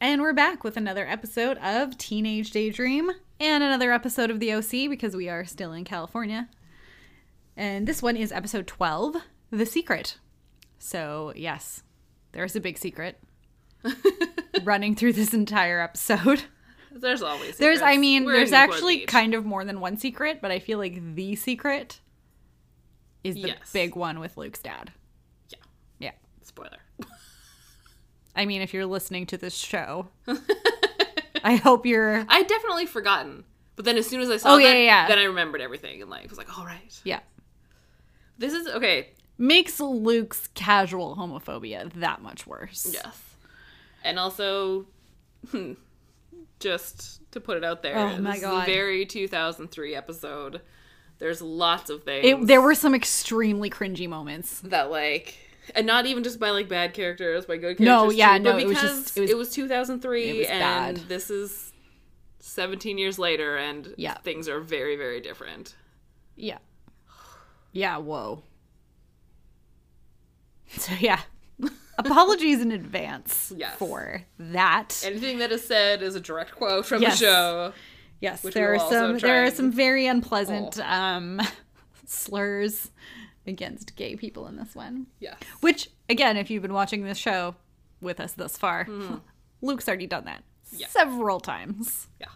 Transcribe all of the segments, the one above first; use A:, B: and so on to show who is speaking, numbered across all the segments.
A: we're back with another episode of Teenage Daydream and another episode of The OC because we are still in California. And this one is episode 12 The Secret. So, yes, there's a big secret running through this entire episode.
B: There's always
A: There's, I
B: secrets.
A: mean,
B: We're
A: there's
B: in Newport
A: actually
B: Beach.
A: kind of more than one secret, but I feel like the secret is the
B: Yes.
A: big one with Luke's dad.
B: yeah
A: Yeah.
B: spoiler.
A: I mean, if you're listening to this show, I hope you're.
B: I definitely forgotten, but then as soon as I saw
A: Oh, yeah,
B: that,
A: yeah, yeah.
B: then I remembered everything and like was like, all right,
A: Yeah.
B: this is okay.
A: Makes Luke's casual homophobia that much worse.
B: Yes, and also, hmm, just to put it out there,
A: Oh, my
B: this
A: God.
B: is a very 2003 episode. There's lots of things
A: It, there were some extremely cringy moments.
B: that like. And not even just by like bad characters, by good characters.
A: No, yeah,
B: too,
A: no,
B: but
A: it was
B: because
A: just- it was-
B: 2003,
A: it was
B: and
A: bad.
B: this is 17 years later, and
A: Yeah.
B: things are very, very different.
A: Yeah. Yeah, whoa. So, yeah. Apologies in advance
B: Yes.
A: for that.
B: Anything that is said is a direct quote from
A: Yes.
B: the show.
A: yes,
B: which
A: there
B: we
A: are
B: will also Oh.
A: some
B: try
A: there are
B: and-
A: some very unpleasant um slurs against gay people in this one.
B: Yes.
A: Which, again, if you've been watching this show with us thus far, Luke's already done that
B: Hmm. Yeah.
A: several times.
B: Yeah.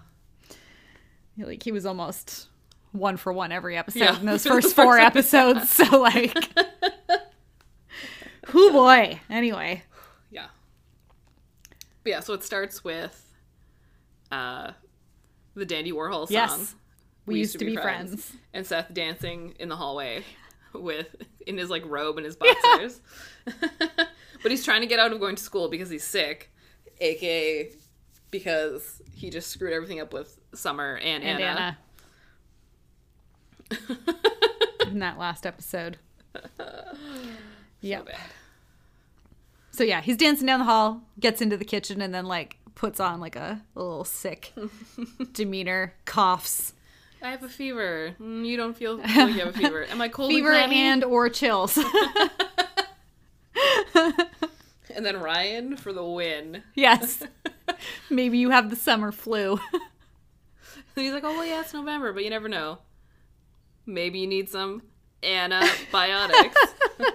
A: Like he was almost one for one every episode
B: Yeah.
A: in those first four episodes. So like, who boy? Anyway,
B: Yeah. But yeah, so it starts with uh the Dandy Warhol song.
A: yes, we, used, to be, friends.
B: And Seth dancing in the hallway with in his like robe and his boxers. but he's trying to get out of going to school because he's sick, aka because he just screwed everything up with Summer and,
A: and
B: Anna.
A: Anna. in that last episode. Yeah.
B: bad.
A: So yeah, he's dancing down the hall, gets into the kitchen, and then like puts on like a, a little sick demeanor, coughs,
B: I have a fever. Mm, you don't feel like you have a fever. Am I cold? and
A: fever,
B: clammy?
A: and or chills.
B: And then Ryan for the win.
A: yes, maybe you have the summer flu.
B: And he's like, oh, well, yeah, it's November, but you never know. Maybe you need some antibiotics. the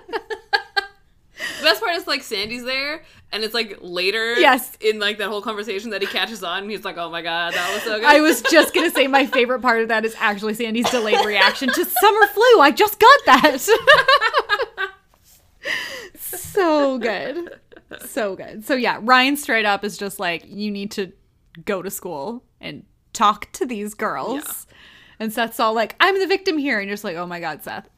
B: best part is, like, Sandy's there, and it's, like, later
A: Yes.
B: in, like, that whole conversation that he catches on, and he's like, oh, my God, that was so good.
A: I was just gonna say my favorite part of that is actually Sandy's delayed reaction to summer flu. I just got that. so good. So good. So yeah, Ryan straight up is just like, you need to go to school and talk to these girls.
B: Yeah.
A: And Seth's all like, I'm the victim here. And you're just like, oh my God, Seth,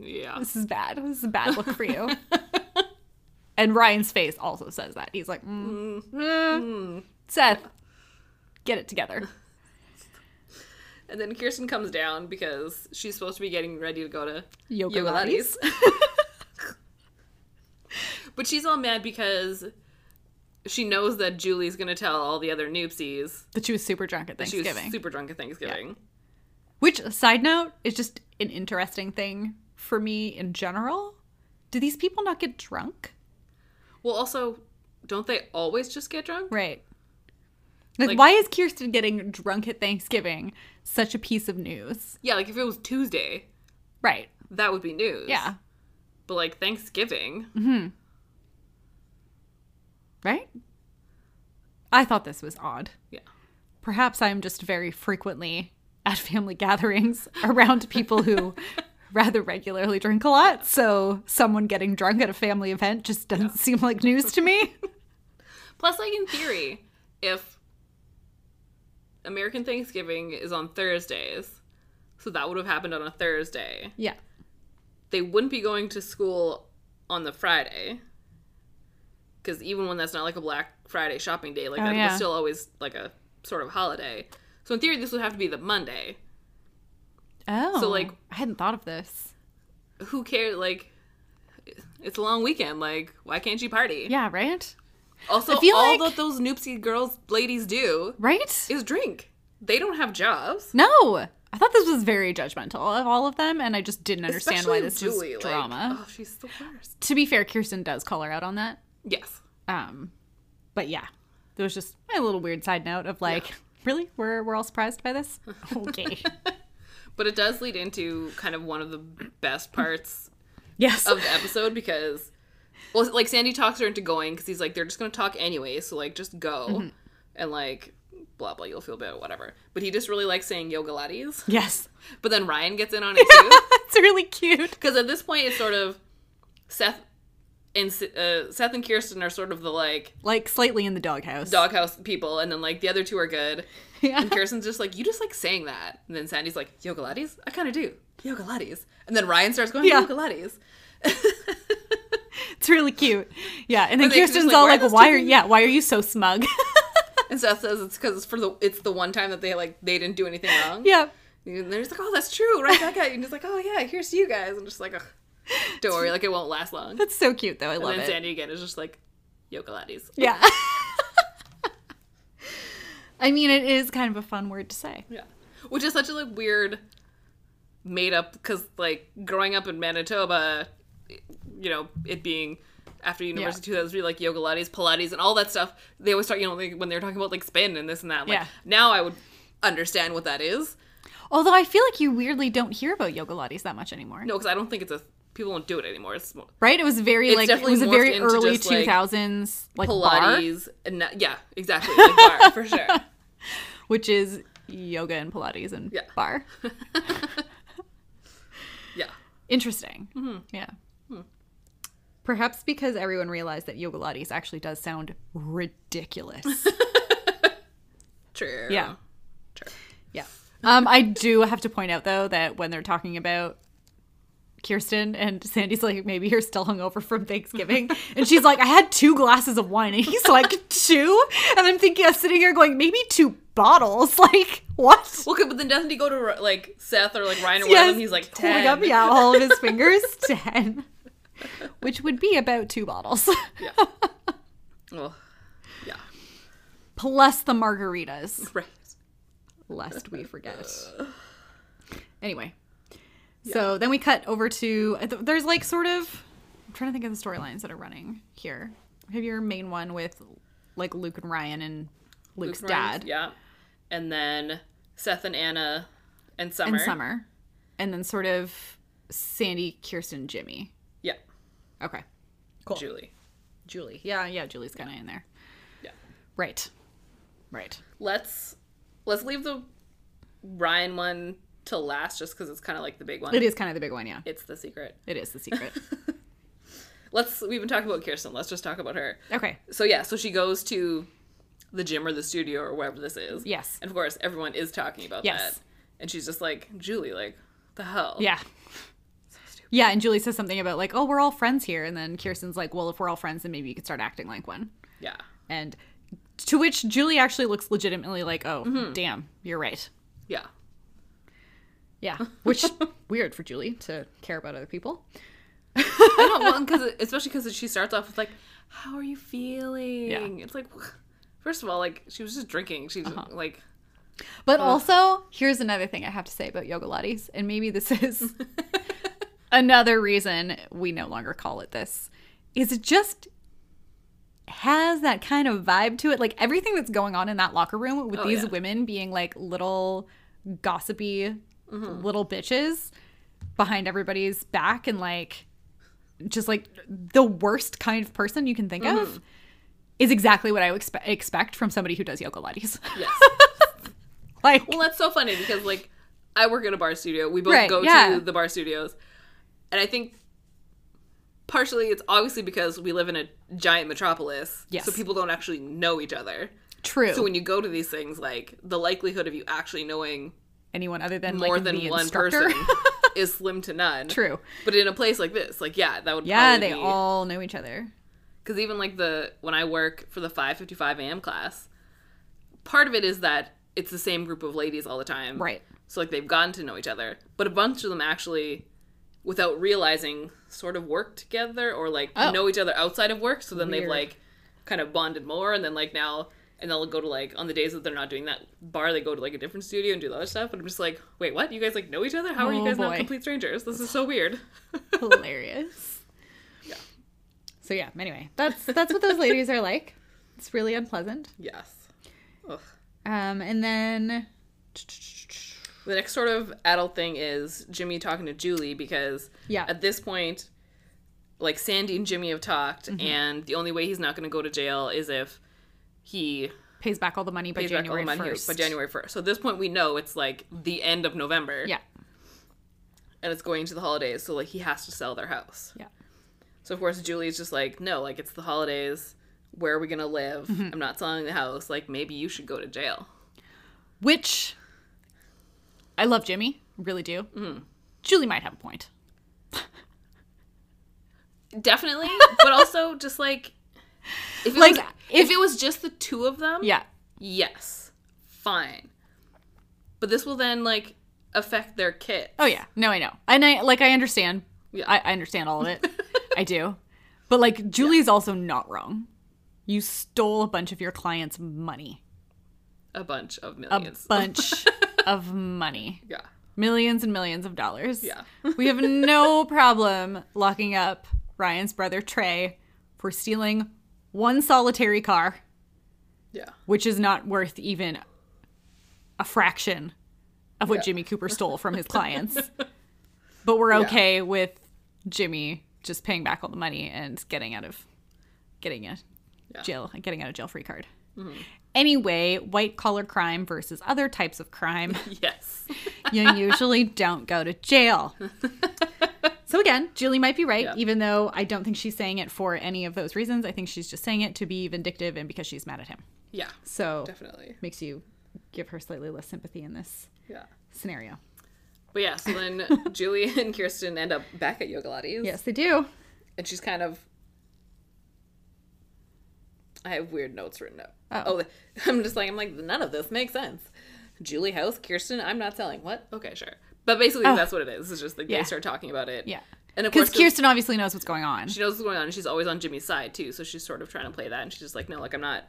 B: yeah.
A: this is bad. This is a bad look for you. and Ryan's face also says that. He's like, mm, mm, Seth, get it together.
B: And then Kirsten comes down because she's supposed to be getting ready to go to
A: Yoga
B: yoga
A: Lattes.
B: lattes. but she's all mad because she knows that Julie's going to tell all the other noopsies
A: That she was super drunk at
B: she was
A: Thanksgiving.
B: super drunk at Thanksgiving.
A: Which, side note, is just an interesting thing for me in general. Do these people not get drunk?
B: Well, also, don't they always just get drunk?
A: Right. Like,
B: Like-
A: why is Kirsten getting drunk at Thanksgiving such a piece of news?
B: Yeah, like if it was Tuesday,
A: Right.
B: that would be news.
A: Yeah. Mm-hmm.
B: But like Thanksgiving,
A: Right? I thought this was odd.
B: yeah.
A: Perhaps I'm just very frequently at family gatherings around people who rather regularly drink a lot. So, someone getting drunk at a family event just doesn't seem like news to me.
B: Plus, like in theory, if American Thanksgiving is on Thursdays, so that would have happened on a Thursday,
A: yeah.
B: they wouldn't be going to school on the Friday. Because even when that's not like a Black Friday shopping day, like
A: Oh,
B: that
A: yeah.
B: was still always like a sort of holiday. So in theory, this would have to be the Monday.
A: Oh.
B: like-
A: I hadn't thought of this.
B: who cares? Like, it's a long weekend. Like, why can't you party?
A: Yeah, right?
B: Also,
A: I feel
B: all
A: like-
B: that those noopsy girls, ladies do
A: Right?
B: is drink. They don't have jobs.
A: No. I thought this was very judgmental of all of them, and I just didn't understand
B: Especially
A: why this
B: Julie,
A: was
B: like,
A: drama.
B: oh, she's the worst.
A: To be fair, Kirsten does call her out on that.
B: Yes.
A: Um, but yeah. it was just my little weird side note of like, really, we're we're all surprised by this. Okay.
B: But it does lead into kind of one of the best parts
A: yes.
B: of the episode because, well, like Sandy talks her into going because he's like, they're just going to talk anyway, so like just go
A: Mm-hmm.
B: and like blah blah, you'll feel better, whatever. But he just really likes saying yoga lattes.
A: yes.
B: But then Ryan gets in on it too
A: That's really cute.
B: because at this point it's sort of Seth and S- uh, Seth and Kirsten are sort of the like
A: Like slightly in the doghouse.
B: doghouse people, and then like the other two are good.
A: Yeah.
B: And Kirsten's just like, you just like saying that. And then Sandy's like, yoga lattes? I kind of do. Yoga lattes. And then Ryan starts going,
A: Yeah.
B: yoga lattes.
A: It's really cute. Yeah. And then
B: they just
A: Kirsten's
B: like,
A: all
B: why are
A: like,
B: those
A: why
B: two
A: are
B: things-
A: yeah, why are you so smug?
B: And Seth says it's because it's for the it's the one time that they like they didn't do anything wrong.
A: yeah.
B: And they're just like, oh, that's true, right back at you. And he's like, oh yeah, here's to you guys. I'm just like, Ugh, don't worry, like it won't last long.
A: That's so cute though. I
B: And
A: love
B: then
A: it.
B: Sandy again is just like, yoga lattes.
A: Yeah. I mean, it is kind of a fun word to say.
B: Yeah, which is such a like weird made up because like growing up in Manitoba, you know, it being after university 2003, like yoga lattes, Pilates, and all that stuff, they always start you know like, when they're talking about like spin and this and that. Like
A: Yeah.
B: now I would understand what that is.
A: Although I feel like you weirdly don't hear about yoga lattes that much anymore.
B: No, because I don't think it's a people don't do it anymore. It's more
A: Right? It was very
B: It's
A: like it
B: definitely
A: was a
B: morphed
A: very
B: into
A: early
B: just, like,
A: 2000s like bar,
B: Pilates, and na- yeah, exactly, like bar for sure.
A: which is yoga and pilates and
B: Yeah.
A: bar.
B: Yeah,
A: Interesting. Yeah. Perhaps because everyone realized that yoga lattes actually does sound ridiculous.
B: true.
A: Yeah.
B: true.
A: yeah. Um, I do have to point out though that when they're talking about Kirsten and Sandy's like, maybe you're still hungover from Thanksgiving, and she's like, I had two glasses of wine, and he's like, two, and I'm thinking, I'm sitting here going, maybe two bottles, like what?
B: Well, 'cause- but then doesn't he go to like Seth or like Ryan or
A: Yes,
B: whatever? And he's like,
A: holding up,
B: 10.
A: yeah, all of his fingers, ten, which would be about two bottles.
B: yeah. Well, yeah,
A: plus the margaritas,
B: right.
A: lest we forget. Anyway, so then we cut over to th- there's like sort of I'm trying to think of the storylines that are running here. We have your main one with like Luke and Ryan and Luke's
B: Luke
A: dad
B: Ryan's- Yeah. And then Seth and Anna and Summer.
A: and Summer, and then sort of Sandy, Kirsten, Jimmy.
B: Yeah.
A: Okay,
B: Julie.
A: Julie. Yeah, yeah, Julie's kind of in there.
B: Yeah.
A: Right, right.
B: Let's let's leave the Ryan one till last just because it's kind of like the big one.
A: It is kind of the big one. Yeah,
B: It's the secret.
A: it is the secret.
B: Let's we've been talking about Kirsten. Let's just talk about her.
A: okay.
B: So yeah, so she goes to the gym or the studio or wherever this is.
A: Yes.
B: And of course everyone is talking about
A: Yes.
B: that. And she's just like, Julie, like, the hell?
A: Yeah. Yeah, and Julie says something about like, "Oh, we're all friends here," and then Kirsten's like, "Well, if we're all friends, then maybe you could start acting like one."
B: Yeah.
A: And to which Julie actually looks legitimately like, "Oh, damn, you're right."
B: Yeah.
A: Yeah, which weird for Julie to care about other people.
B: I don't well, because especially because she starts off with like, "How are you feeling?" It's like, first of all, like she was just drinking. She's
A: Uh-huh.
B: like,
A: But also, here's another thing I have to say about yoga lattes, and maybe this is another reason we no longer call it this. Is it just has that kind of vibe to it? Like everything that's going on in that locker room with
B: Oh,
A: these
B: yeah.
A: women being like little gossipy
B: Mm-hmm.
A: little bitches behind everybody's back and like just like the worst kind of person you can think
B: Mm-hmm.
A: of is exactly what I would expe- expect from somebody who does yoga lattes.
B: "Yes."
A: like
B: well, that's so funny because like I work at a bar studio. We both
A: Right,
B: go
A: yeah.
B: to the bar studios, and I think partially it's obviously because we live in a giant metropolis,
A: Yes.
B: so people don't actually know each other.
A: true.
B: So when you go to these things, like the likelihood of you actually knowing
A: Anyone other than
B: more
A: like,
B: than
A: the
B: one
A: instructor.
B: person is slim to none.
A: True.
B: But in a place like this, like Oh, yeah, that would
A: Yeah,
B: probably
A: they
B: be-
A: all know each other.
B: because even like the when I work for the 5:55 a.m. class, part of it is that it's the same group of ladies all the time,
A: Right.
B: So like they've gotten to know each other, but a bunch of them actually, without realizing, sort of work together or like
A: Oh.
B: know each other outside of work. So then they've
A: Weird.
B: like kind of bonded more, and then like now. And they'll go to like on the days that they're not doing that bar, they go to like a different studio and do the other stuff. And I'm just like, wait, what? You guys like know each other? How are you
A: Oh,
B: guys not
A: boy.
B: complete strangers? This is so weird.
A: Hilarious.
B: Yeah.
A: So yeah, anyway, that's that's what those ladies are like. It's really unpleasant.
B: Yes. Ugh.
A: Um, and then
B: The next sort of adult thing is Jimmy talking to Julie because
A: Yeah.
B: at this point, like Sandy and Jimmy have talked,
A: Mm-hmm.
B: and the only way he's not going to go to jail is if he
A: pays back all the money by
B: pays back all
A: January
B: the money
A: 1st.
B: by January first. So at this point, we know it's like the end of November,
A: Yeah.
B: and it's going to the holidays. So like he has to sell their house.
A: Yeah.
B: So of course Julie's just like, no, like it's the holidays. Where are we gonna live?
A: Mm-hmm.
B: I'm not selling the house. Like maybe you should go to jail.
A: Which I love Jimmy, really do.
B: Mm-hmm.
A: Julie might have a point.
B: Definitely, but also just like if it
A: Like,
B: was, if it was just the two of them,
A: Yeah.
B: yes, fine. But this will then like affect their kid.
A: Oh yeah. No, I know. And I like I understand.
B: Yeah.
A: I, I understand all of it. I do. But like Julie's also not wrong. You stole a bunch of your clients' money.
B: A bunch of
A: A
B: millions.
A: bunch of money.
B: yeah,
A: Millions and millions of dollars.
B: Yeah.
A: we have no problem locking up Ryan's brother Trey for stealing one solitary car.
B: yeah,
A: which is not worth even a fraction of what Jimmy Cooper stole from his clients. but we're okay with Jimmy just paying back all the money and getting out of getting a
B: Yeah. Mm-hmm.
A: jail getting out of jail free card. Anyway, white collar crime versus other types of crime.
B: yes,
A: you usually don't go to jail. So again, Julie might be right,
B: Yeah.
A: even though I don't think she's saying it for any of those reasons. I think she's just saying it to be vindictive and because she's mad at him.
B: yeah,
A: So
B: definitely,
A: makes you give her slightly less sympathy in this
B: yeah.
A: scenario.
B: But yeah, so then Julie and Kirsten end up back at Yogalati's.
A: Yes, they do.
B: And she's kind of. I have weird notes written up.
A: Oh.
B: Oh. I'm just like, I'm like, none of this makes sense. Julie House, Kirsten, I'm not selling. What? Okay, sure. But basically, that's what it is. It's just like
A: Oh. Yeah.
B: they start talking about it.
A: Yeah.
B: And of
A: Because
B: course,
A: Kirsten obviously knows what's going on.
B: she knows what's going on. and She's always on Jimmy's side, too. So she's sort of trying to play that. And she's just like, no, like, I'm not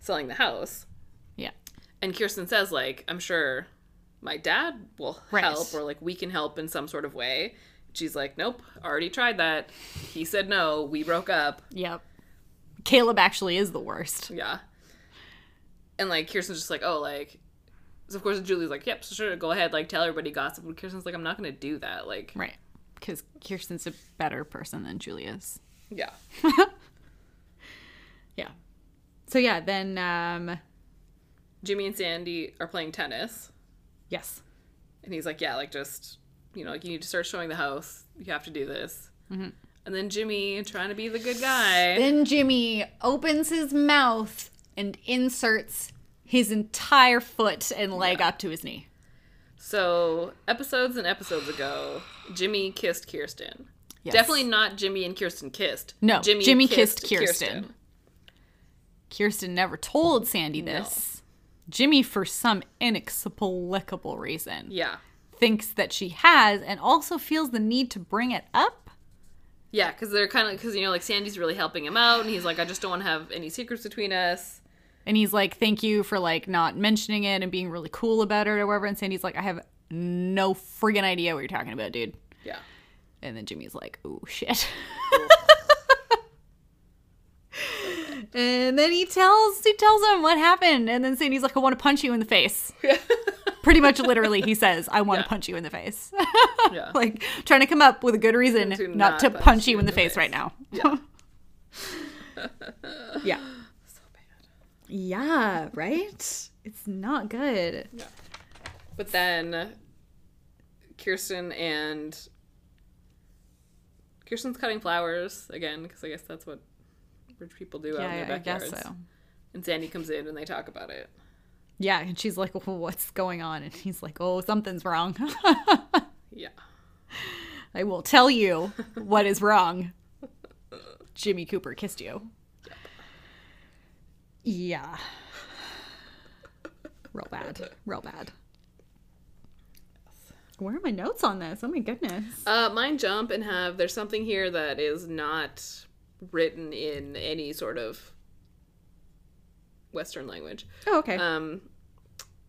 B: selling the house.
A: Yeah.
B: And Kirsten says, like, I'm sure my dad will
A: Right.
B: help or like we can help in some sort of way. She's like, nope, already tried that. He said no. We broke up.
A: Yep. Caleb actually is the worst.
B: Yeah. And like Kirsten's just like, oh, like, so of course Julie's like, yep, so sure, go ahead, like tell everybody gossip. And Kirsten's like, I'm not gonna do that. Like,
A: Right. Because Kirsten's a better person than Julie is.
B: yeah,
A: Yeah. So yeah, then um
B: Jimmy and Sandy are playing tennis,
A: yes.
B: and he's like, yeah, like just, you know, like you need to start showing the house. You have to do this.
A: Mm-hmm.
B: And then Jimmy trying to be the good guy.
A: Then Jimmy opens his mouth and inserts his entire foot and leg up to his knee.
B: So episodes and episodes ago, Jimmy kissed Kirsten.
A: Yes.
B: Definitely not Jimmy and Kirsten kissed.
A: No, Jimmy kissed Kirsten. Kirsten never told Sandy this. Jimmy, for some inexplicable reason,
B: Yeah.
A: thinks that she has and also feels the need to bring it up.
B: Yeah, because they're kind of because you know like Sandy's really helping him out, and he's like, I just don't want to have any secrets between us.
A: And he's like, Thank you for like not mentioning it and being really cool about it or whatever. And Sandy's like, I have no friggin' idea what you're talking about, dude.
B: Yeah,
A: And then Jimmy's like, Oh shit. And then he tells he tells him what happened, and then Sandy's like, "I want to punch you in the face." Pretty much, literally, he says, "I want to
B: Yeah.
A: punch you in the face."
B: yeah,
A: like trying to come up with a good reason
B: To
A: not,
B: not
A: to
B: punch
A: punch
B: you
A: you in the face, right now.
B: Yeah.
A: yeah. Yeah, right? It's not good.
B: But then Kirsten and Kirsten's cutting flowers again because I guess that's what rich people do out in their
A: Yeah, I
B: backyards.
A: guess so.
B: And Sandy comes in and they talk about it.
A: Yeah, and she's like, well, "What's going on?" And he's like, "Oh, something's wrong.
B: Yeah,
A: I will tell you what is wrong." Jimmy Cooper kissed you. Yeah. Real bad. Real bad. Where are my notes on this? Oh my goodness.
B: uh, mine jump and have there's something here that is not written in any sort of Western language.
A: Oh, okay.
B: Um,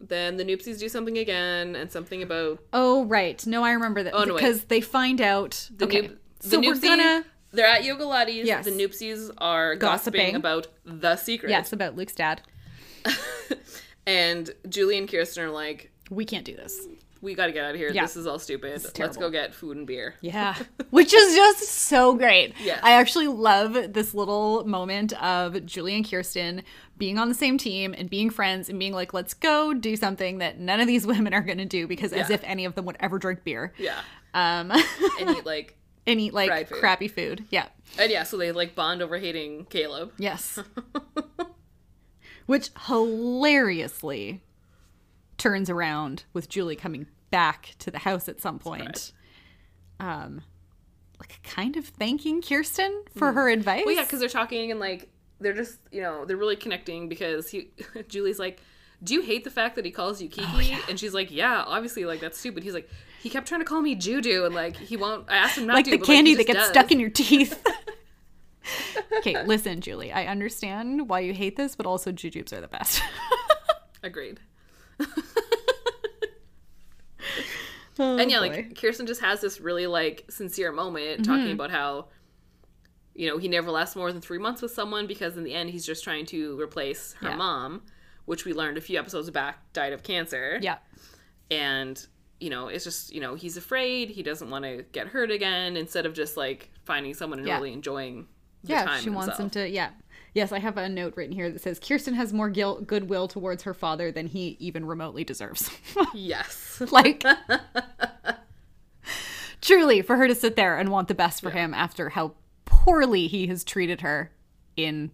B: then the Noopsies do something again, and something about
A: Oh right. No, I remember that
B: Oh, no, wait.
A: because they find out.
B: the
A: okay.
B: Noob- the
A: so we're
B: Noopsie-
A: gonna
B: They're at Yoga Lattes.
A: Yes.
B: The Noopsies are gossiping,
A: Gossiping.
B: about the secret.
A: Yes, about Luke's dad.
B: and Julie and Kirsten are like,
A: We can't do this.
B: we got to get out of here.
A: Yeah.
B: This is all stupid.
A: is
B: Let's
A: terrible.
B: go get food and beer.
A: Yeah. Which is just so great.
B: Yes.
A: I actually love this little moment of Julie and Kirsten being on the same team and being friends and being like, let's go do something that none of these women are going to do because as
B: Yeah.
A: if any of them would ever drink beer
B: Yeah.
A: um,
B: And eat like,
A: and eat like
B: Fried food.
A: crappy food. Yeah.
B: and yeah, so they like bond over hating Caleb.
A: Yes. Which hilariously turns around with Julie coming back to the house at some point. Um like kind of thanking Kirsten for her advice.
B: Mm. Well, yeah, because they're talking and like they're just you know they're really connecting because he Julie's like, do you hate the fact that he calls
A: Oh,
B: you Kiki? And she's like, yeah, obviously, like that's stupid. He's like, he kept trying to call me Juju and like he won't. I asked him not
A: like
B: to.
A: the
B: but,
A: candy
B: he
A: that
B: just
A: gets
B: does.
A: stuck in your teeth. okay, listen, Julie, I understand why you hate this, but also jujubes are the best.
B: Agreed.
A: Oh,
B: and yeah,
A: boy.
B: like Kirsten just has this really like sincere moment
A: Mm-hmm.
B: talking about how you know he never lasts more than three months with someone because in the end he's just trying to replace her
A: Yeah.
B: mom, which we learned a few episodes back died of cancer.
A: yeah.
B: and you know it's just you know he's afraid he doesn't want to get hurt again instead of just like finding someone and
A: Yeah.
B: really enjoying the
A: yeah,
B: time
A: she wants him
B: himself.
A: to. Yeah. Yes, I have a note written here that says Kirsten has more guilt, goodwill towards her father than he even remotely deserves.
B: yes
A: like, truly, for her to sit there and want the best for him after how poorly he has treated her in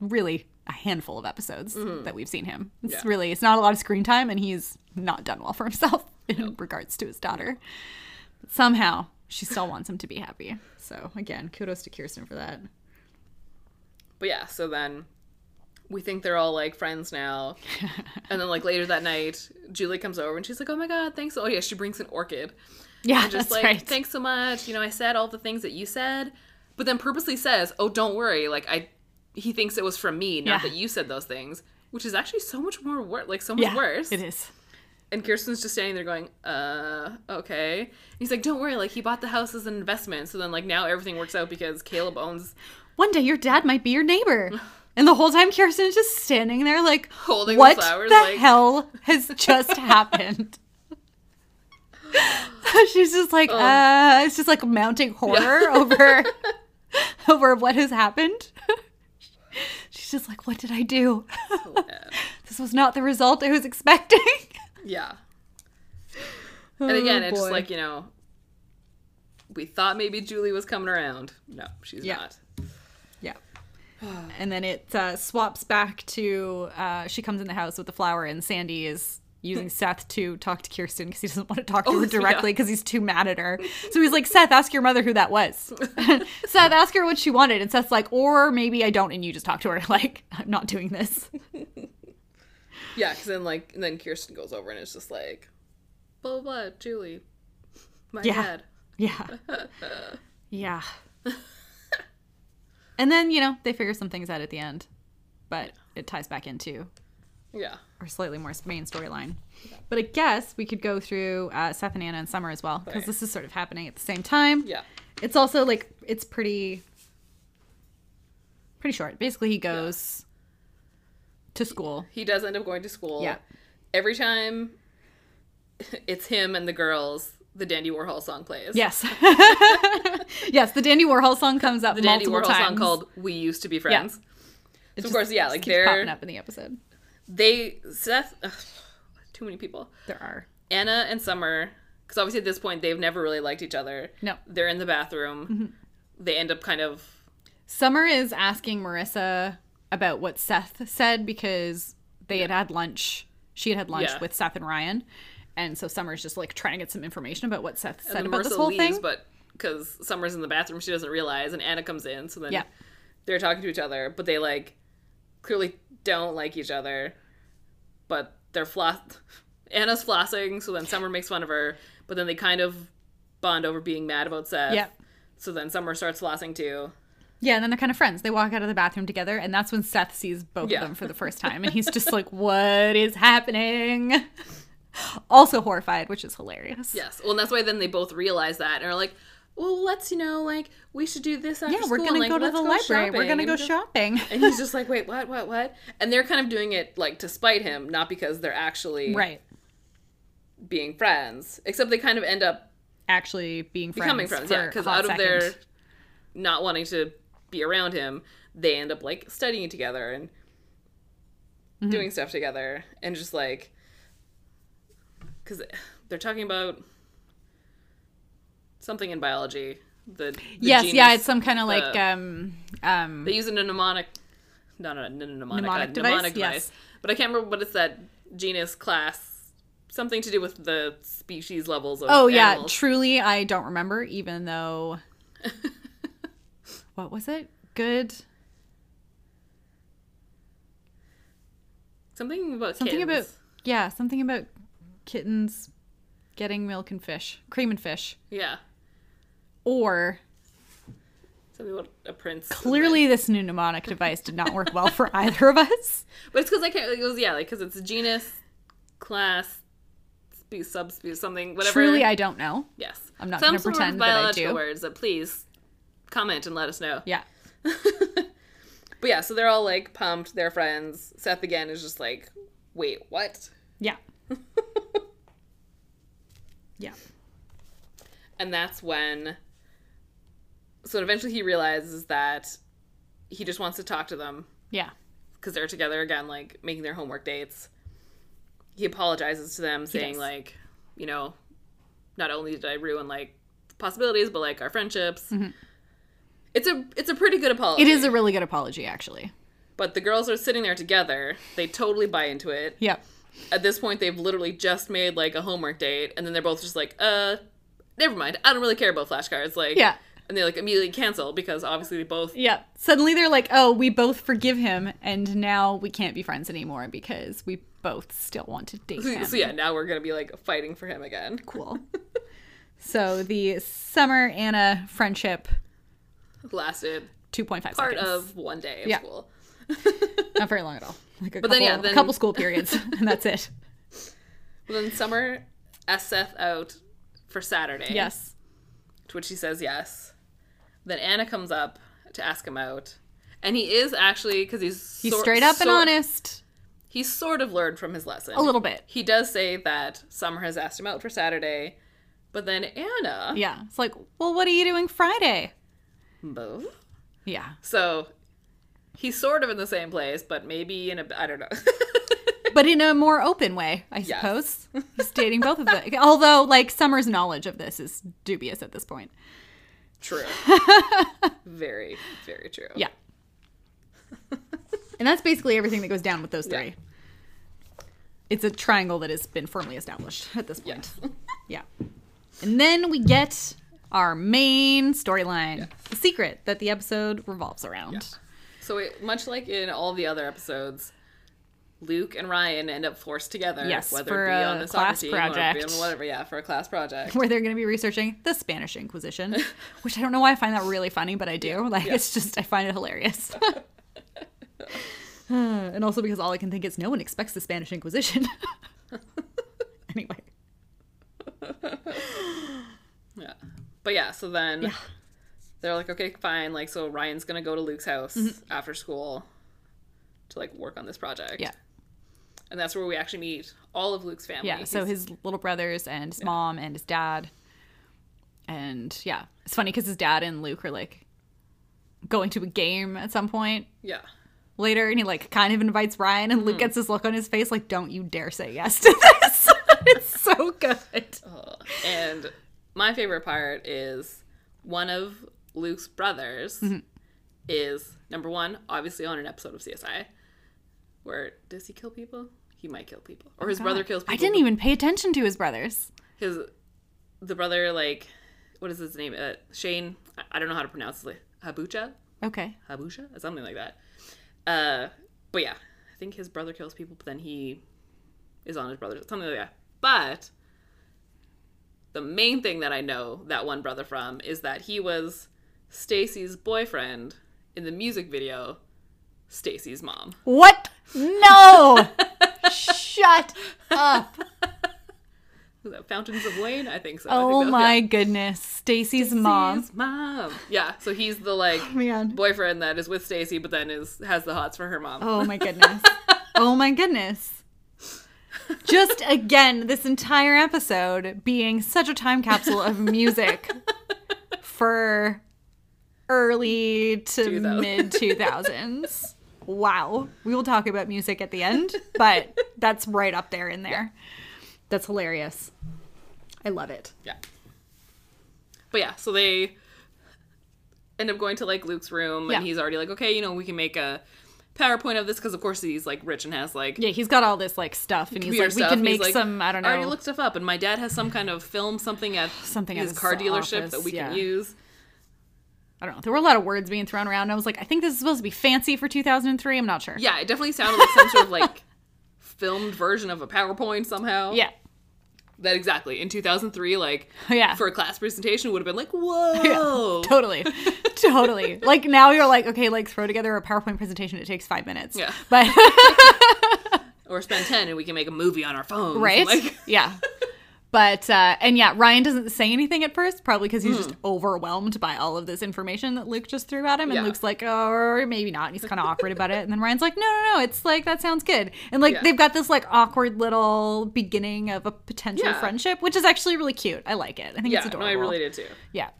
A: really a handful of episodes that we've seen him. It's
B: Mm-hmm. Yeah.
A: really, it's not a lot of screen time, and he's not done well for himself in regards to his daughter. But somehow, she still wants him to be happy. So, again, kudos to Kirsten for that.
B: but yeah so then we think they're all like friends now and then like later that night julie comes over and she's like oh my god thanks oh yeah she brings an orchid
A: Yeah,
B: just
A: that's
B: like
A: right.
B: thanks so much you know i said all the things that you said but then purposely says oh don't worry like i he thinks it was from me not
A: Yeah.
B: that you said those things which is actually so much more wor- like so much
A: yeah,
B: worse
A: It is.
B: And Kirsten's just standing there going, uh, okay. And he's like, don't worry, like, he bought the house as an investment. So then, like, now everything works out because Caleb owns
A: One day your dad might be your neighbor. And the whole time Kirsten is just standing there like
B: Holding the
A: what
B: flowers,
A: the
B: like-
A: hell has just happened? She's just
B: Oh.
A: like, uh, it's just like mounting horror over over what has happened. She's just like, what did I do? this was not the result I was expecting.
B: Yeah. And again,
A: Oh,
B: it's just
A: boy.
B: like, you know, we thought maybe Julie was coming around. No, she's
A: Yeah.
B: not.
A: Yeah. and then it uh, swaps back to uh, she comes in the house with the flower, and Sandy is using Seth to talk to Kirsten because he doesn't want to talk to
B: Oh,
A: her
B: yeah.
A: directly because he's too mad at her. So he's like, Seth, ask your mother who that was. Seth, ask her what she wanted. And Seth's like, or maybe I don't, and you just talk to her. Like, I'm not doing this.
B: Yeah, because then, like, and then Kirsten goes over and it's just like, blah, blah, blah Julie, my
A: Yeah.
B: dad.
A: Yeah. Yeah. and then, you know, they figure some things out at the end, but it ties back into
B: Yeah.
A: or slightly more main storyline. But I guess we could go through uh, Seth and Anna and Summer as well because
B: Right.
A: this is sort of happening at the same time.
B: Yeah.
A: It's also like it's pretty, pretty short. Basically, he goes to school.
B: He does end up going to school.
A: Yeah.
B: Every time it's him and the girls, the Dandy Warhol song plays.
A: Yes, yes. The Dandy Warhol song comes up
B: the Dandy
A: multiple
B: Warhol
A: times.
B: song called "We Used to Be Friends."
A: It
B: So
A: just
B: of course, yeah,
A: just
B: like
A: keeps
B: they're
A: popping up in the episode.
B: they Seth, ugh, too many people.
A: There are
B: Anna and Summer, because obviously at this point they've never really liked each other.
A: No. Mm-hmm.
B: they're in the bathroom. They end up kind of
A: Summer is asking Marissa about what Seth said because they had had lunch. She had had lunch
B: Yeah.
A: with Seth and Ryan. And so Summer's just like trying to get some information about what Seth said about
B: Marissa
A: this whole thing.
B: but because Summer's in the bathroom, she doesn't realize, and Anna comes in. So then
A: Yeah.
B: they're talking to each other, but they like clearly don't like each other. But they're floss. Anna's flossing, so then Summer makes fun of her. But then they kind of bond over being mad about Seth.
A: Yep.
B: So then Summer starts flossing too.
A: Yeah, and then they're kind of friends. They walk out of the bathroom together, and that's when Seth sees both
B: Yeah.
A: of them for the first time. And he's just like, What is happening? Also horrified, which is hilarious.
B: Yes. Well, and that's why then they both realize that and are like, well, let's, you know, like, we should do this after
A: Yeah, we're
B: school,
A: gonna
B: like,
A: go to
B: let's
A: the library. We're
B: shopping,"
A: gonna
B: and
A: go
B: just-
A: shopping.
B: And he's just like, wait, what, what, what? And they're kind of doing it, like, to spite him, not because they're actually
A: right.
B: being friends. Except they kind of end up
A: Actually, being friends.
B: becoming friends, yeah,
A: because
B: because out of their not wanting to be around him, they end up like studying together and
A: Mm-hmm.
B: doing stuff together, and just like because they're talking about something in biology. The, the
A: yes, yeah,
B: genus-
A: it's uh, some kind of like
B: the-
A: um um
B: they use a mnemonic, no, no, no, no, mnemonic,
A: Mnemonic
B: uh,
A: device?
B: mnemonic device.
A: Yes.
B: But I can't remember what it's that genus class, something to do with the species levels of
A: Oh yeah,
B: animals.
A: truly I don't remember even though What was it? Good
B: something about
A: something about
B: kittens.
A: yeah, something about kittens getting milk and fish, cream and fish
B: yeah.
A: or
B: Something about a prince. and then-
A: clearly this new mnemonic device did not work well for either of us.
B: But it's because I can't. It was yeah, like because it's genus, class, species, subspecies, something, whatever.
A: Truly I don't know.
B: yes,
A: I'm not
B: Some
A: gonna
B: sort of
A: pretend that I
B: biological
A: do.
B: words that please comment and let us know.
A: Yeah.
B: But yeah, so they're all like pumped. They're friends. Seth again is just like, wait, what?
A: Yeah. yeah.
B: And that's when. So eventually he realizes that he just wants to talk to them
A: Yeah.
B: because they're together again, like making their homework dates. He apologizes to them, saying
A: does.
B: like, you know, not only did I ruin like possibilities, but like our friendships. It's a it's a pretty good apology.
A: Mm-hmm. It is a really good apology actually.
B: But the girls are sitting there together. They totally buy into it.
A: Yep.
B: At this point, they've literally just made like a homework date, and then they're both just like, uh, never mind. I don't really care about flashcards. Like,
A: Yeah.
B: And they like immediately cancel because obviously they both
A: Yeah. Suddenly they're like, oh, we both forgive him, and now we can't be friends anymore because we both still want to date
B: So-
A: him.
B: So yeah, now we're gonna be like fighting for him again.
A: Cool. so the summer Anna friendship,
B: Lasted
A: 2.5
B: part
A: seconds.
B: of one day of
A: Yeah.
B: school.
A: Not very long at all. Like a, couple,
B: But then, yeah,
A: a
B: then-
A: couple school periods, and that's it.
B: Well, then Summer asks Seth out for Saturday.
A: Yes.
B: To which he says yes. Then Anna comes up to ask him out. And he is actually, because he's
A: He's
B: sor-
A: straight up and
B: sor-
A: honest.
B: He's sort of learned from his lesson.
A: A little bit.
B: He does say that Summer has asked him out for Saturday, but then Anna.
A: Yeah. It's like, well, what are you doing Friday?
B: Boo.
A: Yeah.
B: So he's sort of in the same place, but maybe in a. I don't know.
A: But in a more open way, I
B: Yes.
A: suppose. He's dating both of them. Although, like, Summer's knowledge of this is dubious at this point.
B: true. very, very true.
A: Yeah. and that's basically everything that goes down with those
B: Yeah.
A: three. It's a triangle that has been firmly established at this point.
B: Yes.
A: Yeah. And then we get our main storyline the secret that the episode revolves around.
B: So, it, much like in all the other episodes, Luke and Ryan end up forced together,
A: Yes,
B: whether
A: for
B: it be
A: a
B: on the
A: class
B: soccer team or be
A: project.
B: on whatever, yeah, for a class project.
A: Where they're going to be researching the Spanish Inquisition, which I don't know why I find that really funny, but I do. Like, it's just, I find it hilarious. Uh, and also because all I can think is no one expects the Spanish Inquisition. anyway.
B: Yeah. But yeah, so then
A: Yeah.
B: they're like, okay, fine. Like, so Ryan's gonna go to Luke's house after school to like work on this project.
A: Mm-hmm. Yeah.
B: And that's where we actually meet all of Luke's family.
A: Yeah, so
B: He's-
A: his little brothers and his mom and his dad. And yeah, it's funny because his dad and Luke are like going to a game at some point
B: yeah.
A: later, and he like kind of invites Ryan, and
B: Mm.
A: Luke gets this look on his face like, "Don't you dare say yes to this." it's so
B: Oh,
A: good.
B: Ugh. And my favorite part is one of Luke's brothers
A: Mm-hmm.
B: is number one, obviously on an episode of CSI, where does he kill people? He might kill people, or his brother kills people.
A: Oh I didn't even pay attention to his brothers.
B: his the brother like what is his name? Uh, Shane. I, I don't know how to pronounce his name. Habucha,
A: Okay.
B: Habusha, or something like that. Uh, but yeah, I think his brother kills people, but then he is on his brother, something like that. But the main thing that I know that one brother from is that he was Stacy's boyfriend in the music video, Stacy's mom.
A: What? No. Shut up.
B: It Was that Fountains of Wayne? I think so. I think
A: Oh
B: that-
A: my
B: yeah.
A: goodness. Stacy's mom.
B: Stacy's mom. Yeah, so he's the like
A: Man.
B: boyfriend that is with Stacy, but then is has the hots for her mom.
A: Oh my goodness. oh my goodness. Just again, this entire episode being such a time capsule of music for early to
B: 2000.
A: mid 2000s. Wow. We will talk about music at the end, but that's right up there in there. That's hilarious. I love it.
B: Yeah. But yeah, so they end up going to like Luke's room,
A: Yeah.
B: and he's already like, okay, you know, we can make a PowerPoint of this because, of course, he's like rich and has like.
A: Yeah, he's got all this like stuff and he's
B: computer
A: like we
B: stuff,
A: can
B: and he's
A: make
B: like,
A: some I don't know.
B: already looked stuff up, and my dad has some kind of film, something at
A: Something at
B: his
A: his
B: car dealership
A: office,
B: that we
A: yeah.
B: can use.
A: I don't know. There were a lot of words being thrown around. I was like, I think this is supposed to be fancy for 2003. I'm not sure.
B: Yeah, it definitely sounded like some sort of like filmed version of a PowerPoint somehow.
A: Yeah.
B: that exactly in 2003, like
A: Yeah.
B: for a class presentation would have been like, whoa,
A: Totally. totally. Like now you're like, okay, like throw together a PowerPoint presentation. It takes five minutes.
B: Yeah.
A: But
B: or spend ten and we can make a movie on our phone,
A: right.
B: Like,
A: yeah. But uh, and yeah, Ryan doesn't say anything at first, probably because he's just overwhelmed by all of this information that Luke just threw at him, and
B: Hmm. Yeah.
A: Luke's like, "Oh, maybe not." And he's kind of awkward about it, and then Ryan's like, "No, no, no, it's like that sounds good." And like
B: Yeah.
A: they've got this like awkward little beginning of a potential
B: Yeah.
A: friendship, which is actually really cute. I like it. I think
B: yeah,
A: it's adorable.
B: no, I really did too.
A: Yeah.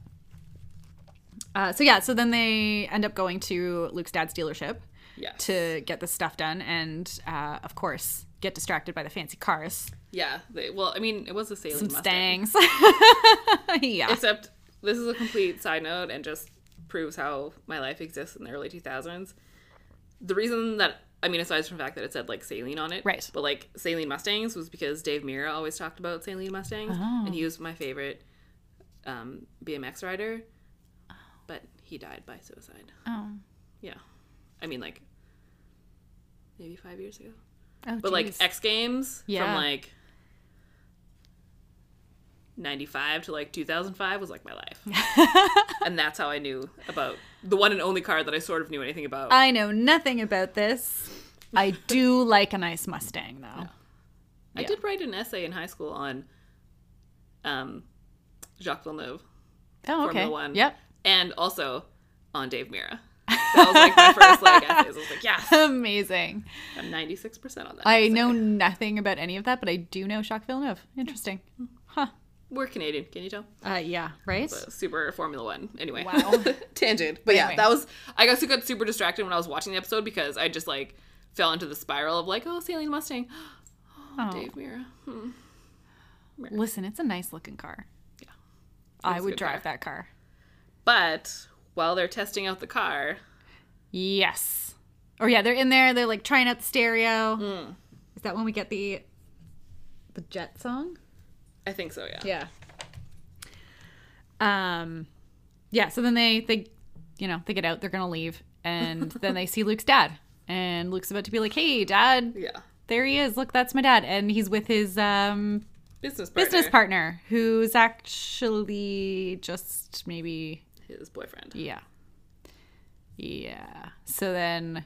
A: Uh, so yeah, so then they end up going to Luke's dad's dealership
B: Yeah.
A: to get this stuff done, and uh, of course, get distracted by the fancy cars,
B: Yeah. They, well, I mean, it was a sailing
A: some
B: Mustang.
A: stangs. yeah,
B: Except this is a complete side note and just proves how my life exists in the early 2000s. The reason that I mean, aside from the fact that it said like saline on it,
A: Right.
B: But like saline Mustangs was because Dave Mira always talked about saline Mustangs,
A: Oh.
B: and he was my favorite um, BMX rider. But he died by suicide.
A: oh,
B: Yeah, I mean, like maybe five years ago.
A: oh,
B: But like
A: geez.
B: X Games
A: Yeah.
B: from like 95 to like 2005 was like my life. and that's how I knew about the one and only car that I sort of knew anything about.
A: I know nothing about this. I do like a nice Mustang though.
B: I did write an essay in high school on um, Jacques Villeneuve,
A: Oh, okay.
B: Formula One.
A: Yep.
B: And also on Dave Mira. That was like my first like essays. I was like, yes,
A: Amazing.
B: I'm 96% on that.
A: I know nothing about any of that, but I do know Jacques Villeneuve. Interesting. Huh.
B: We're Canadian, can you tell?
A: Uh, yeah. Right.
B: super Formula One. Anyway,
A: Wow.
B: tangent. But yeah,
A: Anyway.
B: that was. I guess I got super distracted when I was watching the episode because I just like fell into the spiral of like, oh, Saline Mustang,
A: Oh.
B: Dave Mira. Hmm.
A: Listen, it's a nice looking car.
B: Yeah.
A: I
B: It's a
A: would
B: good
A: drive
B: car.
A: that car.
B: But while they're testing out the car,
A: Yes. Or yeah, they're in there. They're like trying out the stereo.
B: Mm.
A: Is that when we get the the jet song?
B: I think so. Yeah.
A: Yeah. Um, yeah. So then they they, you know, they get out. They're gonna leave, and then they see Luke's dad, and Luke's about to be like, "Hey, dad,
B: Yeah.
A: there he is. Look, that's my dad," and he's with his um
B: Business partner.
A: business partner, who's actually just maybe
B: His boyfriend.
A: Yeah. Yeah. So then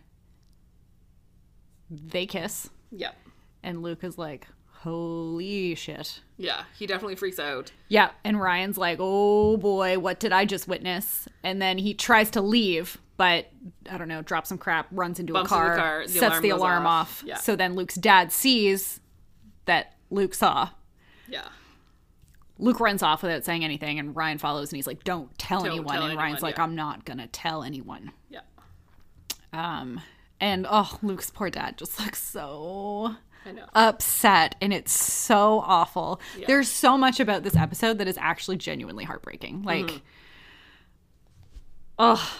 A: they kiss,
B: Yep.
A: and Luke is like, holy shit.
B: Yeah. He definitely freaks out.
A: Yeah. And Ryan's like, oh boy, what did I just witness? And then he tries to leave, but I don't know, drops some crap, runs into
B: Bumps
A: a
B: into the
A: car,
B: car, the
A: sets
B: alarm
A: the
B: goes
A: alarm off.
B: off. Yeah.
A: So then Luke's dad sees that Luke saw.
B: Yeah.
A: Luke runs off without saying anything, and Ryan follows and he's like, don't tell
B: Don't
A: anyone.
B: tell
A: and Ryan's
B: anyone,
A: like,
B: yeah.
A: I'm not going to tell anyone.
B: Yeah.
A: Um, and oh, Luke's poor dad just looks so
B: I know.
A: Uh, upset, and it's so awful. There's so much about this episode that is actually genuinely heartbreaking. Like, oh,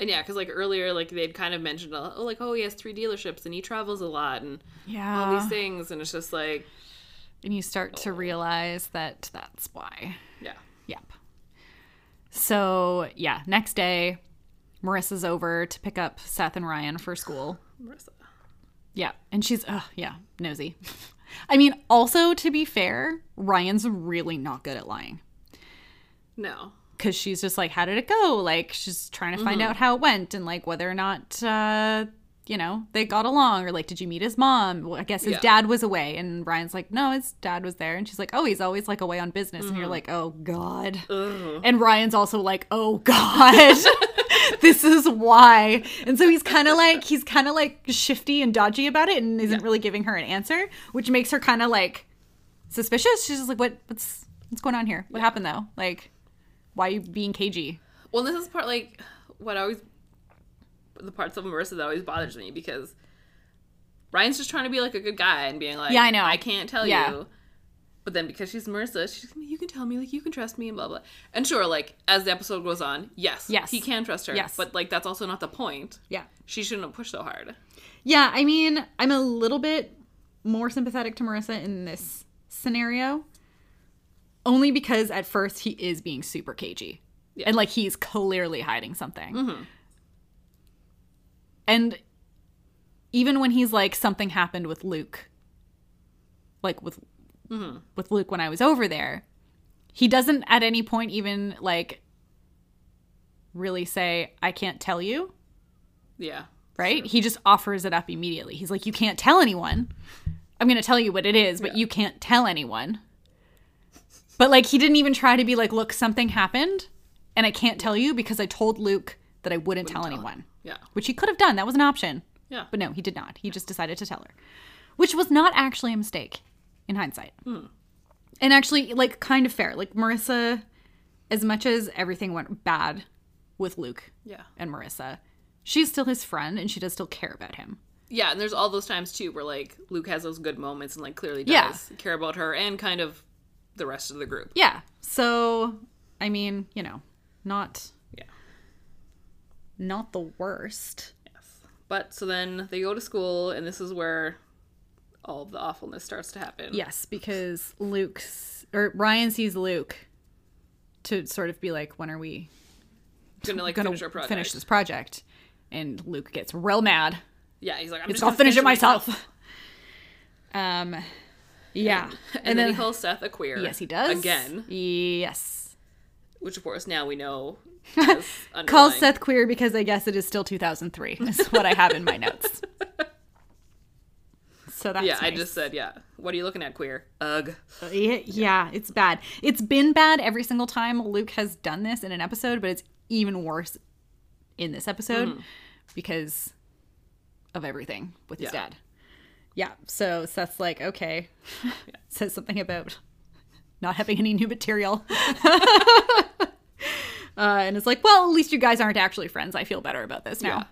B: and yeah, because like earlier, like they'd kind of mentioned, uh, oh, like oh, he has three dealerships and he travels a lot and all
A: yeah.
B: these things, and it's just like,
A: And you start to realize that that's why.
B: yeah.
A: Yep. So yeah, next day, Marissa's over to pick up Seth and Ryan for school.
B: Marissa.
A: Yeah, and she's oh yeah, nosy. I mean, also to be fair, Ryan's really not good at lying
B: No.
A: because
B: Mm-hmm.
A: she's just like, how did it go? Like she's trying to find out how it went and like whether or not uh, you know, they got along. Or like, did you meet his mom? Well, I guess his
B: Yeah.
A: dad was away. And Ryan's like, no, his dad was there. And she's like, oh, he's always like away on business. And you're like, oh, God.
B: Mm-hmm. Ugh.
A: And Ryan's also like, oh God, this is why. And so he's kind of like, he's kind of like shifty and dodgy about it and isn't really giving her an answer, which makes her kind of like suspicious. She's just like, what, what's, what's going on here? What happened though? Like, why are you being cagey?
B: Well, this is part like what always the parts of Marissa that always bothers me because Ryan's just trying to be like a good guy and being like,
A: Yeah, I know.
B: I can't tell
A: Yeah.
B: you. But then because she's Marissa, she's like, you can tell me, like you can trust me, and blah blah. And sure, like as the episode goes on, yes,
A: Yes.
B: he can trust her.
A: Yes.
B: but like that's also not the point.
A: Yeah.
B: She shouldn't have pushed so hard.
A: Yeah. I mean, I'm a little bit more sympathetic to Marissa in this scenario only because at first he is being super cagey
B: Yeah.
A: and like he's clearly hiding something.
B: Mm-hmm.
A: And even when he's like, something happened with Luke, like with
B: Mm-hmm.
A: with Luke when I was over there, he doesn't at any point even like really say, I can't tell you.
B: Yeah.
A: Right? He just offers it up immediately. He's like, You can't tell anyone. I'm gonna tell you what it is, but you can't tell anyone. But like he didn't even try to be like, look, something happened and I can't tell you because I told Luke that I wouldn't, tell
B: him.
A: anyone.
B: Yeah.
A: Which he could have done. That was an option.
B: Yeah.
A: But no, he did not. He just decided to tell her, which was not actually a mistake in hindsight. And actually, like, kind of fair. Like, Marissa, as much as everything went bad with Luke
B: yeah.
A: and Marissa, she's still his friend and she does still care about him.
B: Yeah, and there's all those times too where like Luke has those good moments and like clearly
A: Yeah.
B: does care about her and kind of the rest of the group.
A: Yeah. So, I mean, you know, not.
B: Yeah.
A: Not the worst.
B: But so then they go to school and this is where all of the awfulness starts to happen.
A: Yes, because Luke's. Or Ryan sees Luke to sort of be like, when are we
B: Gonna like
A: gonna
B: finish our project.
A: finish this project. And Luke gets real mad.
B: Yeah, he's like, I'm
A: He's
B: just
A: like, I'll
B: gonna
A: finish it myself. um, yeah.
B: And, then, he calls Seth a queer.
A: yes, he does
B: Again.
A: Yes,
B: Which of course now we know
A: calls
B: has underlying-
A: Seth queer because I guess it is still 2003. Is what I have in my notes. So that's
B: Yeah, I
A: nice.
B: just said, yeah. What are you looking at, queer? Ugh.
A: yeah, yeah, it's bad. It's been bad every single time Luke has done this in an episode, but it's even worse in this episode
B: Mm-hmm.
A: because of everything with his
B: Yeah.
A: dad. Yeah, so Seth's like, okay, says something about not having any new material. Uh, and it's like, well, at least you guys aren't actually friends. I feel better about this now.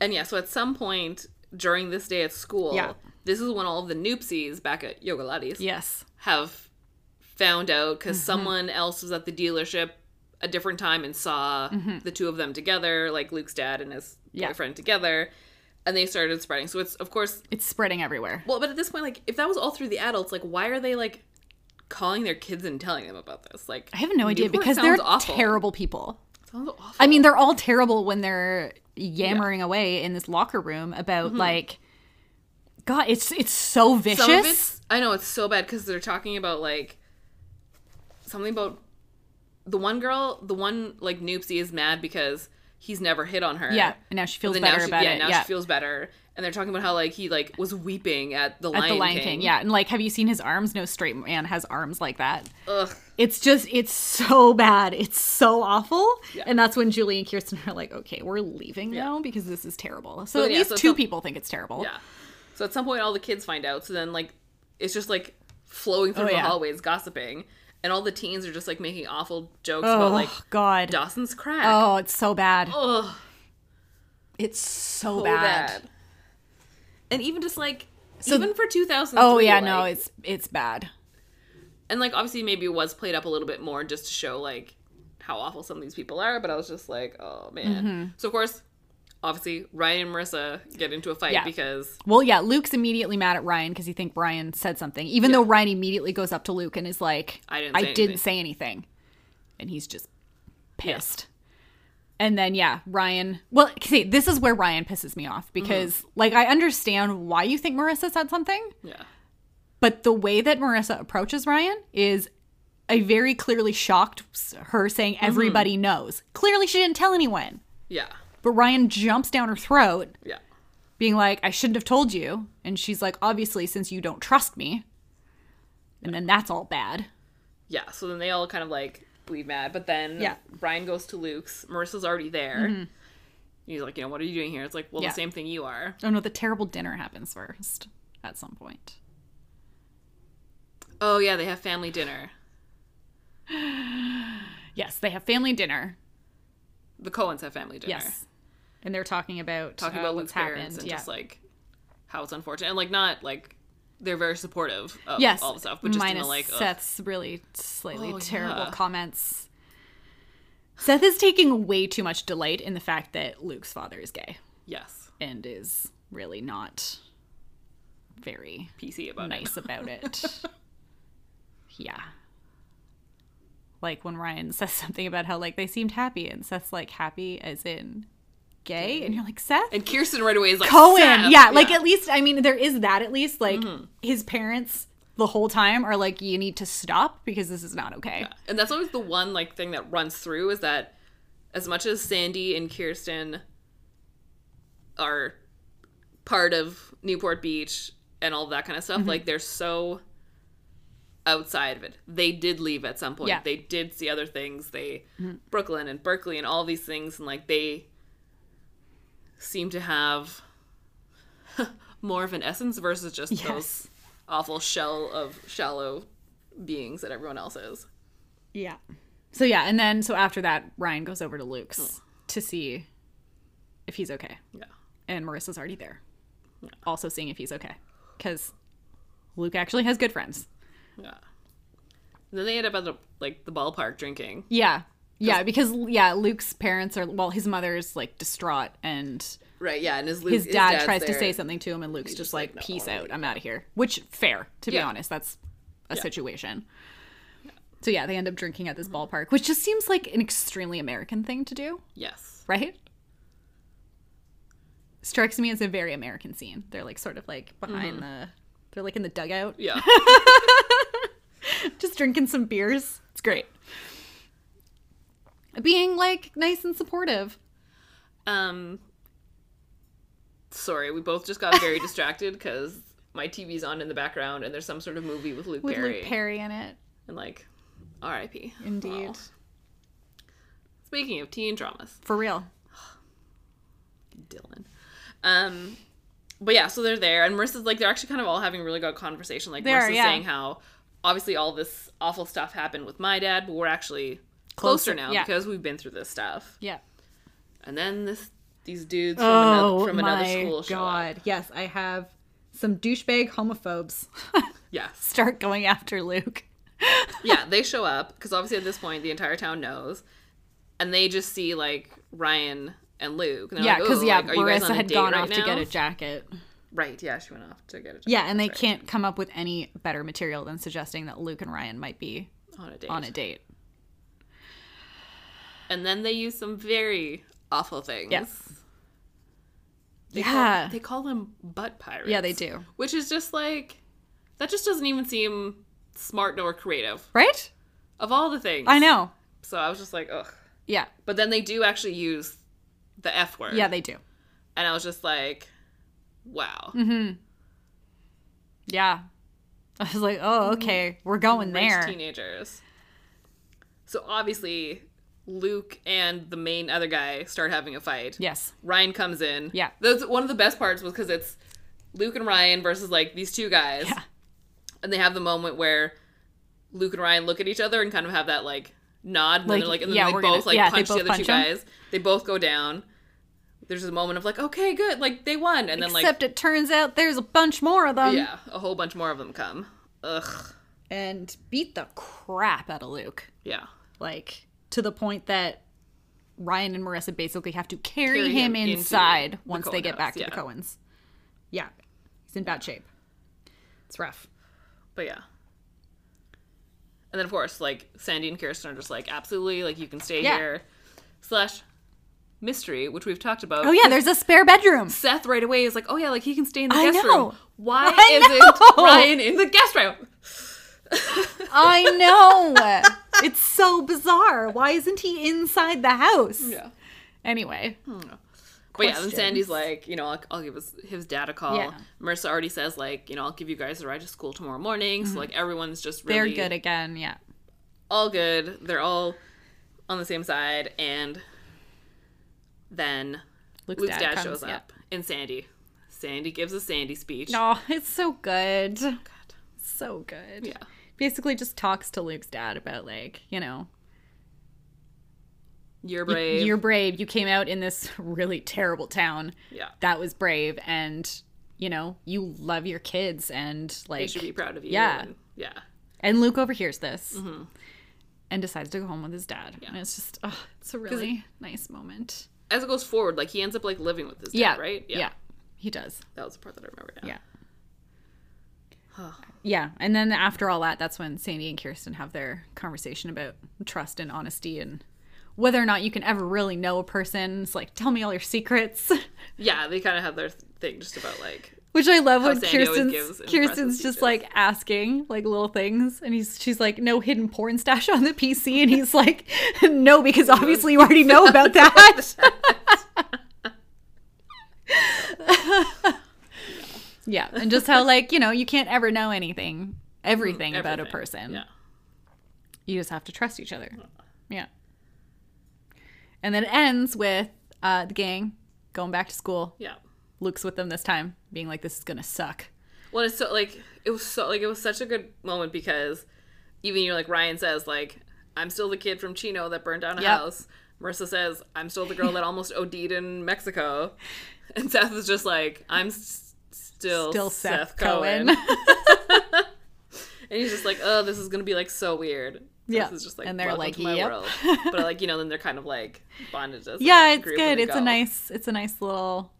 B: And yeah, so at some point during this day at school,
A: Yeah.
B: this is when all of the noopsies back at Yoga Lattes
A: Yes.
B: have found out because
A: Mm-hmm.
B: someone else was at the dealership a different time and saw the two of them together, like Luke's dad and his
A: Mm-hmm. Yeah.
B: boyfriend together, and they started spreading. So it's of course
A: It's spreading everywhere.
B: well, but at this point, like if that was all through the adults, like why are they like calling their kids and telling them about this? Like
A: I have no idea
B: Newport
A: because they're
B: sounds awful.
A: terrible people.
B: Sounds awful.
A: I mean, they're all terrible when they're yammering away in this locker room about
B: Mm-hmm.
A: like, God, it's it's so vicious.
B: some of it's I know it's so bad because they're talking about like something about the one girl, the one like noopsie is mad because he's never hit on her.
A: yeah, and now she feels
B: But
A: better
B: now she,
A: about
B: yeah,
A: it.
B: now
A: yeah,
B: she feels better. And they're talking about how like he like was weeping at the
A: at
B: Lion,
A: the Lion King. Yeah, and like, have you seen his arms? No straight man has arms like that.
B: Ugh.
A: It's just, it's so bad. It's so awful.
B: Yeah.
A: And that's when Julie and Kirsten are like, okay, we're leaving now because this is terrible. So,
B: So,
A: at
B: yeah,
A: least
B: so
A: two
B: some-
A: people think it's terrible.
B: Yeah. So at some point all the kids find out. So then like it's just like flowing through
A: Oh,
B: the
A: yeah.
B: hallways gossiping. And all the teens are just like making awful jokes
A: Oh
B: about like
A: God.
B: Dawson's crack.
A: Oh, it's so bad.
B: Ugh.
A: It's so,
B: so
A: bad.
B: bad. And even just like even for 2003.
A: Oh yeah, no,
B: like-
A: it's it's bad.
B: and like obviously maybe it was played up a little bit more just to show like how awful some of these people are. But I was just like, oh man.
A: Mm-hmm.
B: So of course, obviously Ryan and Marissa get into a fight
A: Yeah.
B: because
A: Well, yeah, Luke's immediately mad at Ryan because he think Ryan said something, even though Ryan immediately goes up to Luke and is like,
B: I didn't say anything.
A: say anything," and he's just pissed. And then yeah, Ryan. Well, see, this is where Ryan pisses me off because
B: Mm-hmm.
A: like I understand why you think Marissa said something,
B: yeah,
A: but the way that Marissa approaches Ryan is a very clearly shocked s- her saying everybody knows. Clearly, she didn't tell anyone,
B: yeah,
A: but Ryan jumps down her throat
B: yeah,
A: being like, I shouldn't have told you. And she's like, obviously, since you don't trust me. And then that's all bad.
B: Yeah, so then they all kind of like bleed mad, but then
A: Yeah. Mm-hmm.
B: Brian goes to Luke's. Marissa's already there. He's like, you know, what are you doing here? It's like, well,
A: Yeah.
B: the same thing you are.
A: Oh no, the terrible dinner happens first at some point.
B: Oh yeah, they have family dinner.
A: Yes, they have family dinner.
B: The Cohens have family dinner.
A: Yes. And they're talking about
B: talking
A: uh,
B: about
A: what's
B: Luke's
A: happened.
B: parents and
A: yeah.
B: just like how it's unfortunate and like not like they're very supportive of
A: yes,
B: all the stuff, but just in
A: minus
B: the like ugh.
A: Seth's really slightly
B: Oh,
A: terrible
B: yeah.
A: comments. Seth is taking way too much delight in the fact that Luke's father is gay
B: yes,
A: and is really not very
B: PC about it.
A: nice about it. yeah. Like when Ryan says something about how like they seemed happy and Seth's like happy as in gay and you're like Seth
B: And Kirsten right away is like
A: Cohen.
B: "Seth!"
A: Yeah, Mm-hmm. like at least I mean there is that at least like his parents the whole time are like you need to stop because this is not okay.
B: and that's always the one like thing that runs through is that as much as Sandy and Kirsten are part of Newport Beach and all that kind of
A: Mm-hmm.
B: stuff, like they're so outside of it. They did leave at some point.
A: Yeah. Mm-hmm.
B: They did see other things. They Brooklyn and Berkeley and all these things and like they seem to have more of an essence versus just those
A: Yes.
B: awful shell of shallow beings that everyone else is.
A: Yeah. So yeah, and then so after that Ryan goes over to Luke's to see if he's okay.
B: Yeah.
A: and Marissa's already there, also seeing if he's okay. Because Luke actually has good friends.
B: Yeah. And then they end up at the, like the ballpark drinking.
A: Yeah. Yeah, because yeah, Luke's parents are well, his mother's like distraught and
B: Right. Yeah. And his Luke,
A: his dad
B: dad's
A: tries to
B: there.
A: say something to him and Luke's just,
B: just
A: like,
B: like, "No, I
A: peace
B: don't
A: out, I'm out of here. Which fair, to be
B: Yeah.
A: honest, that's a situation. So yeah, they end up drinking at this
B: Mm-hmm.
A: ballpark, which just seems like an extremely American thing to do,
B: Yes.
A: right? Strikes me as a very American scene. They're like sort of like behind the they're like in the dugout
B: Mm-hmm. Yeah.
A: just drinking some beers. It's great. Being like nice and supportive.
B: um. Sorry, we both just got very distracted because my TV's on in the background and there's some sort of movie with Luke
A: With
B: Perry
A: Luke Perry in it.
B: and like, R.I.P.
A: Indeed.
B: Aw. Speaking of teen dramas,
A: For real.
B: Dylan. Um, but yeah, so they're there, and Marissa's like they're actually kind of all having a really good conversation. Like
A: They are,
B: Marissa's
A: yeah.
B: saying how obviously all this awful stuff happened with my dad, but we're actually closer,
A: Closer,
B: now
A: yeah.
B: because we've been through this stuff.
A: Yeah.
B: And then this these dudes from
A: Oh
B: another from another
A: my
B: school show up.
A: god. Yes, I have some douchebag homophobes
B: Yes,
A: start going after Luke.
B: yeah, they show up because obviously at this point the entire town knows, and they just see like Ryan and Luke. And they're
A: yeah,
B: like,
A: because
B: "Ooh,
A: yeah,
B: like, are you guys
A: Marissa
B: on a
A: had
B: date
A: gone
B: right
A: off to get
B: now?"
A: a jacket.
B: Right, yeah, she went off to get a jacket
A: Yeah, and they
B: that's right,
A: can't come up with any better material than suggesting that Luke and Ryan might be
B: on a date
A: on a date.
B: and then they use some very awful things.
A: Yes.
B: They
A: Yeah.
B: Call, they call them butt pirates.
A: Yeah, they do.
B: Which is just like, that just doesn't even seem smart nor creative.
A: Right?
B: Of all the things.
A: I know.
B: So I was just like, ugh.
A: Yeah.
B: But then they do actually use the F word.
A: Yeah, they do.
B: and I was just like, wow.
A: Mm-hmm. Yeah. I was like, oh, okay, we're going
B: Rich
A: there.
B: teenagers. So obviously, Luke and the main other guy start having a fight.
A: Yes.
B: Ryan comes in.
A: Yeah.
B: That's one of the best parts was because it's Luke and Ryan versus like these two guys.
A: Yeah.
B: And they have the moment where Luke and Ryan look at each other and kind of have that like nod. And
A: Like,
B: then they're like, and then
A: yeah,
B: they
A: we're
B: both
A: gonna-
B: like
A: yeah, they
B: punch
A: both
B: the other two
A: punch 'em.
B: guys. They both go down. There's a moment of like, okay, good. Like they won. And then
A: Except it turns out there's a bunch more of them.
B: like, yeah, a whole bunch more of them come. Ugh.
A: And beat the crap out of Luke.
B: Yeah.
A: Like, to the point that Ryan and Marissa basically have to carry,
B: Carry
A: him,
B: him into
A: inside
B: the
A: once they
B: Cohen
A: get back
B: house,
A: to the
B: yeah.
A: Cohens. Yeah. He's in bad shape. It's rough.
B: But yeah. And then of course, like Sandy and Kirsten are just like, absolutely, like you can stay
A: Yeah.
B: here. Slash mystery, which we've talked about.
A: Oh, yeah, there's a spare bedroom.
B: Seth right away is like, oh yeah, like he can stay in the
A: I
B: guest
A: know.
B: room. Why
A: I
B: isn't
A: know.
B: Ryan in the guest room?
A: I know. it's so bizarre. Why isn't he inside the house?
B: Yeah.
A: Anyway,
B: But
A: questions.
B: yeah, then Sandy's like, you know, I'll, I'll give his, his dad a call.
A: Yeah.
B: Marissa already says, like, you know, I'll give you guys a ride to school tomorrow morning. So, like, everyone's just
A: Mm-hmm. they're
B: really
A: good again. Yeah.
B: all good. They're all on the same side. And then
A: Luke's,
B: Luke's dad,
A: comes,
B: shows
A: yeah.
B: up and Sandy. Sandy gives a Sandy speech.
A: No, it's so good.
B: Oh, God.
A: So good.
B: Yeah.
A: Basically just talks to Luke's dad about like, you know,
B: You're
A: y-
B: brave.
A: you're brave. You came out in this really terrible town.
B: yeah.
A: That was brave and you know, you love your kids and
B: They
A: like
B: should be proud of you.
A: yeah.
B: and- yeah.
A: and Luke overhears this and decides to go home with his dad.
B: Mm-hmm. Yeah.
A: And it's just oh, it's a really nice moment.
B: As it goes forward, like, he ends up, like, living with his dad,
A: Yeah.
B: right?
A: Yeah. He does.
B: That was the part that I remember now.
A: Yeah.
B: Huh.
A: Yeah. And then after all that, that's when Sandy and Kirsten have their conversation about trust and honesty and whether or not you can ever really know a person. It's like, tell me all your secrets.
B: Yeah, they kind of have their th- thing just about, like,
A: Which I love when
B: Sandy always
A: Kirsten's
B: gives impressive
A: Kirsten's just
B: speeches.
A: like asking like little things and he's she's like, No hidden porn stash on the PC and he's like, No, because obviously you already know about that. yeah. And just how like, you know, you can't ever know anything everything, about a
B: Mm, everything.
A: person.
B: Yeah.
A: you just have to trust each other. Yeah. And then it ends with uh, the gang going back to school.
B: Yeah.
A: Luke's with them this time, being like, "This is gonna suck."
B: Well, it's so like it was so like it was such a good moment because even you're like Ryan says like I'm still the kid from Chino that burned down a
A: Yep.
B: house. Marissa says I'm still the girl that almost OD'd in Mexico, and Seth is just like I'm s- still
A: Still
B: Seth,
A: Seth,
B: Cohen,
A: Cohen.
B: and he's just like oh this is gonna be like so weird.
A: Yeah.
B: Seth is just like
A: And they're
B: "Welcome
A: like,
B: to my
A: "Yep."
B: world. but like you know then they're kind of like bonded as a
A: yeah, it's
B: group
A: good.
B: and they
A: It's a
B: go.
A: nice. It's a nice little.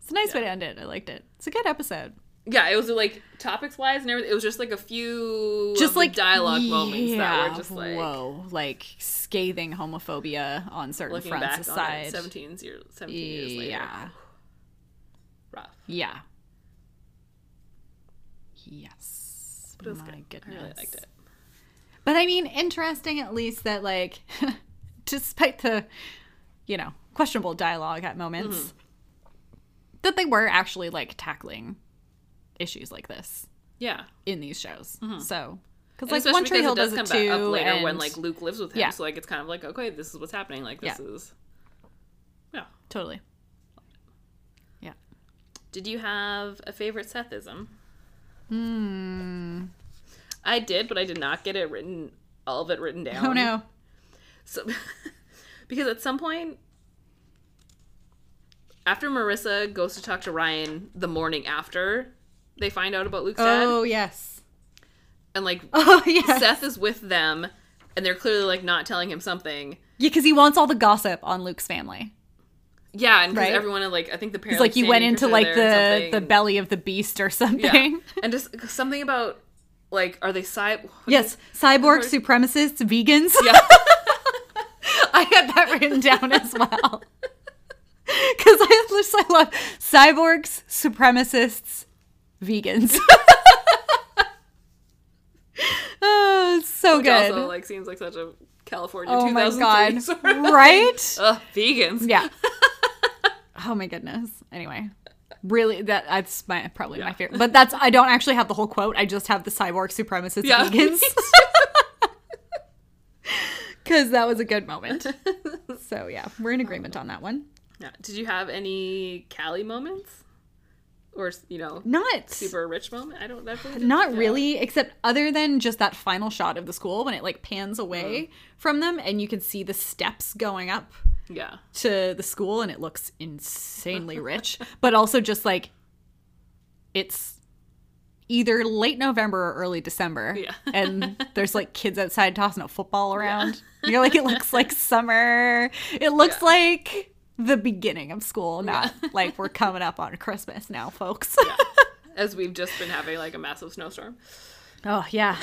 A: It's a nice way
B: Yeah.
A: to end it. I liked it. It's a good episode.
B: Yeah, it was like topics wise and everything. It was just like a few of
A: Just
B: the
A: like
B: dialogue moments that
A: yeah,
B: were just like
A: whoa, like scathing homophobia on certain
B: looking
A: fronts
B: back on
A: aside.
B: it, 17 years, 17 years later.
A: yeah,
B: Rough.
A: yeah, yes.
B: But it was
A: My
B: good.
A: goodness,
B: I really liked it.
A: But I mean, interesting at least that, like, despite the, you know, questionable dialogue at moments,
B: Mm-hmm.
A: that they were actually, like, tackling issues like this
B: Yeah.
A: in these shows. So,
B: Mm-hmm. And
A: because, like,
B: especially
A: One Tree
B: because
A: Hill
B: it does
A: does,
B: come
A: it too.
B: back up later when
A: and-
B: like Luke lives with him.
A: Yeah.
B: So like it's kind of like, okay, this is what's happening. Like this
A: Yeah.
B: is Yeah.
A: totally. Yeah.
B: Did you have a favorite Sethism?
A: Hmm.
B: I did, but I did not get it written all of it written down.
A: Oh, no.
B: So, because at some point, after Marissa goes to talk to Ryan the morning after they find out about Luke's dad,
A: Oh, yes.
B: and like
A: Oh, yes. Yeah,
B: Seth is with them, and they're clearly like not telling him something.
A: because he wants all the gossip on Luke's family.
B: Yeah, and 'cause
A: Right.
B: everyone had, like I think the parents
A: It's like you went into, like, the, the
B: bell
A: belly of the beast or
B: yeah.
A: something.
B: and just 'cause something about like are they side?
A: Yes, cyborg
B: Cyborg-
A: supremacists, vegans.
B: Uh-huh. Yeah.
A: I had that written down as well. Because I just I love cyborgs, supremacists, vegans. oh, it's so
B: Which
A: good.
B: also like seems like such a California.
A: oh my
B: 2003
A: god,
B: sort of-
A: right?
B: Ugh, vegans.
A: yeah. Oh my goodness. Anyway, really, that that's my probably my
B: Yeah.
A: favorite. But that's I don't actually have the whole quote. I just have the cyborg supremacists,
B: Yeah.
A: vegans. Because that was a good moment. so, yeah, we're in agreement on that one.
B: Yeah. Did you have any Cali moments, or you know,
A: Not.
B: super rich moment? I don't. That really didn't-
A: Not
B: yeah.
A: really, except other than just that final shot of the school when it like pans away
B: Uh-huh.
A: from them and you can see the steps going up
B: Yeah.
A: to the school and it looks insanely rich, but also just like it's either late November or early December.
B: Yeah.
A: and there's like kids outside tossing a football around. You're like, it looks like summer. It looks
B: Yeah.
A: like the beginning of school, not like we're coming up on Christmas now, folks.
B: As we've just been having like a massive snowstorm.
A: oh, yeah.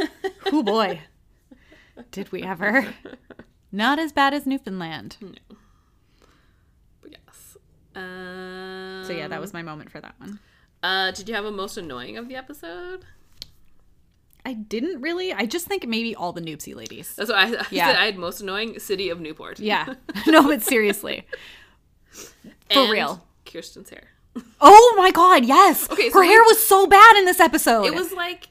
A: oh, boy. Did we ever? Not as bad as Newfoundland.
B: But yes. Um,
A: So, yeah, that was my moment for that one.
B: Uh, did you have a most annoying of the episode?
A: I didn't really. I just think maybe all the noobsy ladies.
B: That's what I, I
A: Yeah.
B: said. I had most annoying city of Newport.
A: Yeah. no, but seriously. For
B: And
A: real.
B: Kirsten's hair.
A: Oh my god, yes.
B: Okay, so
A: her
B: we-
A: hair was so bad in this episode.
B: It was like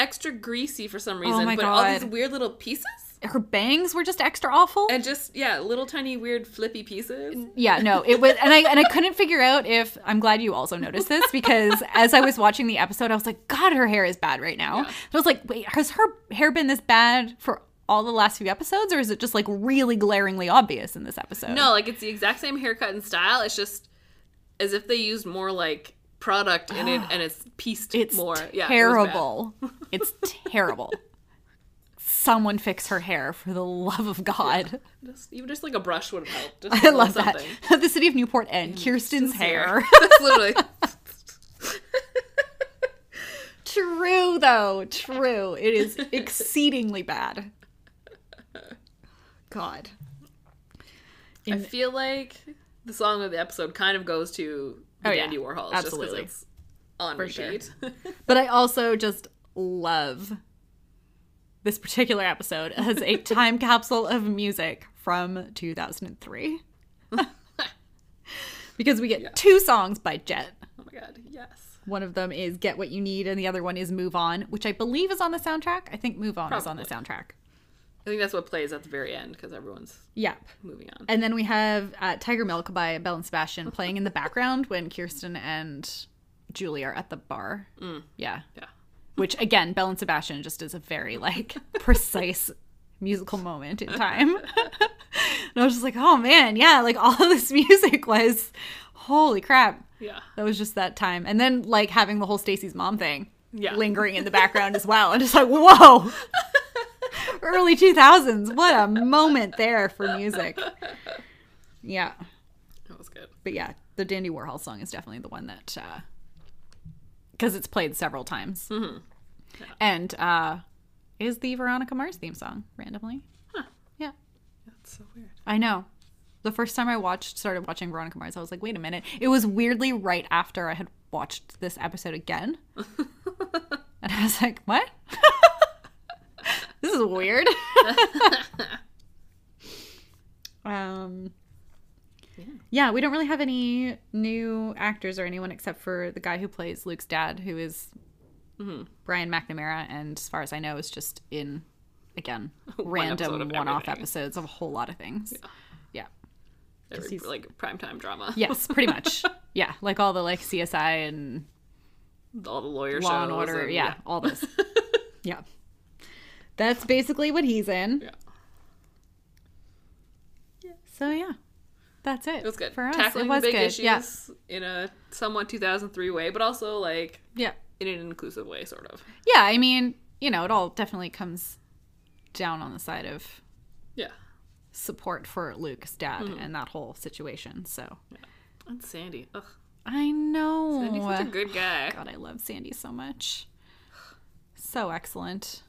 B: extra greasy for some reason,
A: Oh my
B: but all these
A: God.
B: weird little pieces
A: her bangs were just extra awful.
B: and just yeah, little tiny weird flippy pieces.
A: yeah, no, it was, and I and I couldn't figure out if I'm glad you also noticed this because as I was watching the episode, I was like, God, her hair is bad right now. And I was like, wait, has her hair been this bad for all the last few episodes, or is it just like really glaringly obvious in this episode?
B: No, like it's the exact same haircut and style. It's just as if they used more like product in it and it's pieced
A: it's
B: more. Yeah, it was bad.
A: terrible. it's terrible. Someone fix her hair for the love of God.
B: Just, even just like a brush would have helped. Just a
A: I
B: little
A: love
B: something. Mm,
A: that. The city of Newport and Kirsten's hair.
B: That's literally.
A: True, though. True. It is exceedingly bad. God.
B: I feel like the song of the episode kind of goes to the
A: Oh, yeah.
B: Dandy Warhols just 'cause
A: Absolutely.
B: it's on
A: For sure.
B: repeat.
A: But I also just love this particular episode as a time capsule of music from 2003. because we get two songs by Jet.
B: oh my god, yes.
A: One of them is Get What You Need, and the other one is Move On, which I believe is on the soundtrack. I think Move On is on the soundtrack.
B: I think that's what plays at the very end because everyone's
A: Yep.
B: moving on.
A: And then we have uh, Tiger Milk by Belle and Sebastian playing in the background when Kirsten and Julie are at the bar. Yeah.
B: Yeah.
A: Which, again, Belle and Sebastian just is a very, like, precise musical moment in time. and I was just like, oh man, yeah, like all this music was, holy crap.
B: Yeah.
A: That was just that time. And then, like, having the whole Stacy's mom thing
B: Yeah.
A: lingering in the background as well. And just like, whoa. Early 2000s. What a moment there for music. Yeah.
B: That was good.
A: But yeah, the Dandy Warhol song is definitely the one that, because it's played several times. And uh, is the Veronica Mars theme song randomly. Yeah.
B: That's so weird.
A: I know. The first time I watched, started watching Veronica Mars, I was like, wait a minute. It was weirdly right after I had watched this episode again. and I was like, what? this is weird. um, yeah, we don't really have any new actors or anyone except for the guy who plays Luke's dad, who is
B: Mm-hmm.
A: Brian McNamara, and as far as I know, is just in again
B: episode
A: random
B: of
A: one-off
B: everything.
A: episodes of a whole lot of things. Yeah.
B: Every,
A: he's-
B: like primetime drama.
A: Yes, pretty much. yeah, like all the like CSI and
B: All the lawyer
A: Law
B: shows.
A: and Order.
B: and-
A: yeah, all this. yeah. That's basically what he's in.
B: Yeah.
A: So yeah, that's it.
B: It was good.
A: for us.
B: Tackling
A: it was
B: big
A: good.
B: issues
A: Yeah.
B: in a somewhat 2003 way, but also like
A: yeah.
B: in an inclusive way, sort of.
A: Yeah, I mean, you know, it all definitely comes down on the side of
B: Yeah.
A: support for Luke's dad
B: Mm-hmm.
A: and that whole situation. So
B: And Sandy. Ugh.
A: I know.
B: Sandy's such a good guy.
A: Oh, uh, God, I love Sandy so much. So excellent.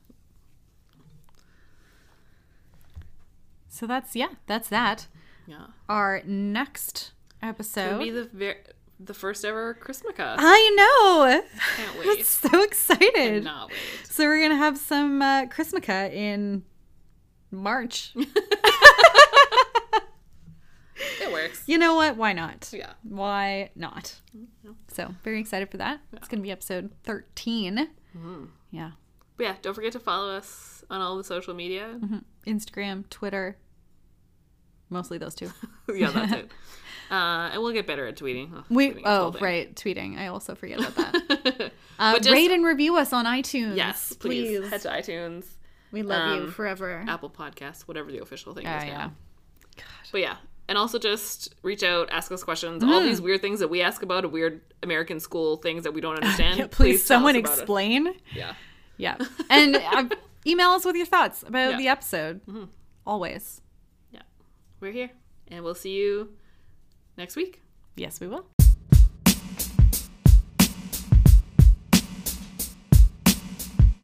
A: So that's yeah, that's that.
B: yeah.
A: Our next
B: It'll be
A: episode.
B: the ver- the first ever Chrismica.
A: I know.
B: Can't
A: I'm
B: wait.
A: so excited.
B: Not wait.
A: So we're gonna have some uh, Chrismica in March.
B: It works.
A: you know what? Why not?
B: Yeah. Mm-hmm.
A: Why not? So very excited for that. It's gonna be episode 13
B: Mm-hmm.
A: Yeah,
B: But yeah, don't forget to follow us on all the social media.
A: Instagram, Twitter, mostly those two.
B: yeah, that's it. Uh, and we'll get better at tweeting. Ugh, tweeting
A: Mm-hmm. We
B: is
A: oh
B: holding.
A: right, tweeting. I also forget about that. Uh,
B: But just-
A: rate and review us on iTunes.
B: Yes, please. Head to iTunes,
A: We love you
B: Um,
A: forever.
B: Apple Podcasts, whatever the official thing
A: Yeah,
B: is
A: yeah.
B: now. But yeah, and also just reach out, ask us questions.
A: Mm.
B: All these weird things that we ask about, weird American school things that we don't understand.
A: Yeah, please,
B: tell us
A: someone
B: about it.
A: explain.
B: Yeah,
A: Yeah, and uh, email us with your thoughts about
B: Yeah. Mm-hmm.
A: the episode. Always.
B: yeah, we're here, and we'll see you next week.
A: Yes, we will.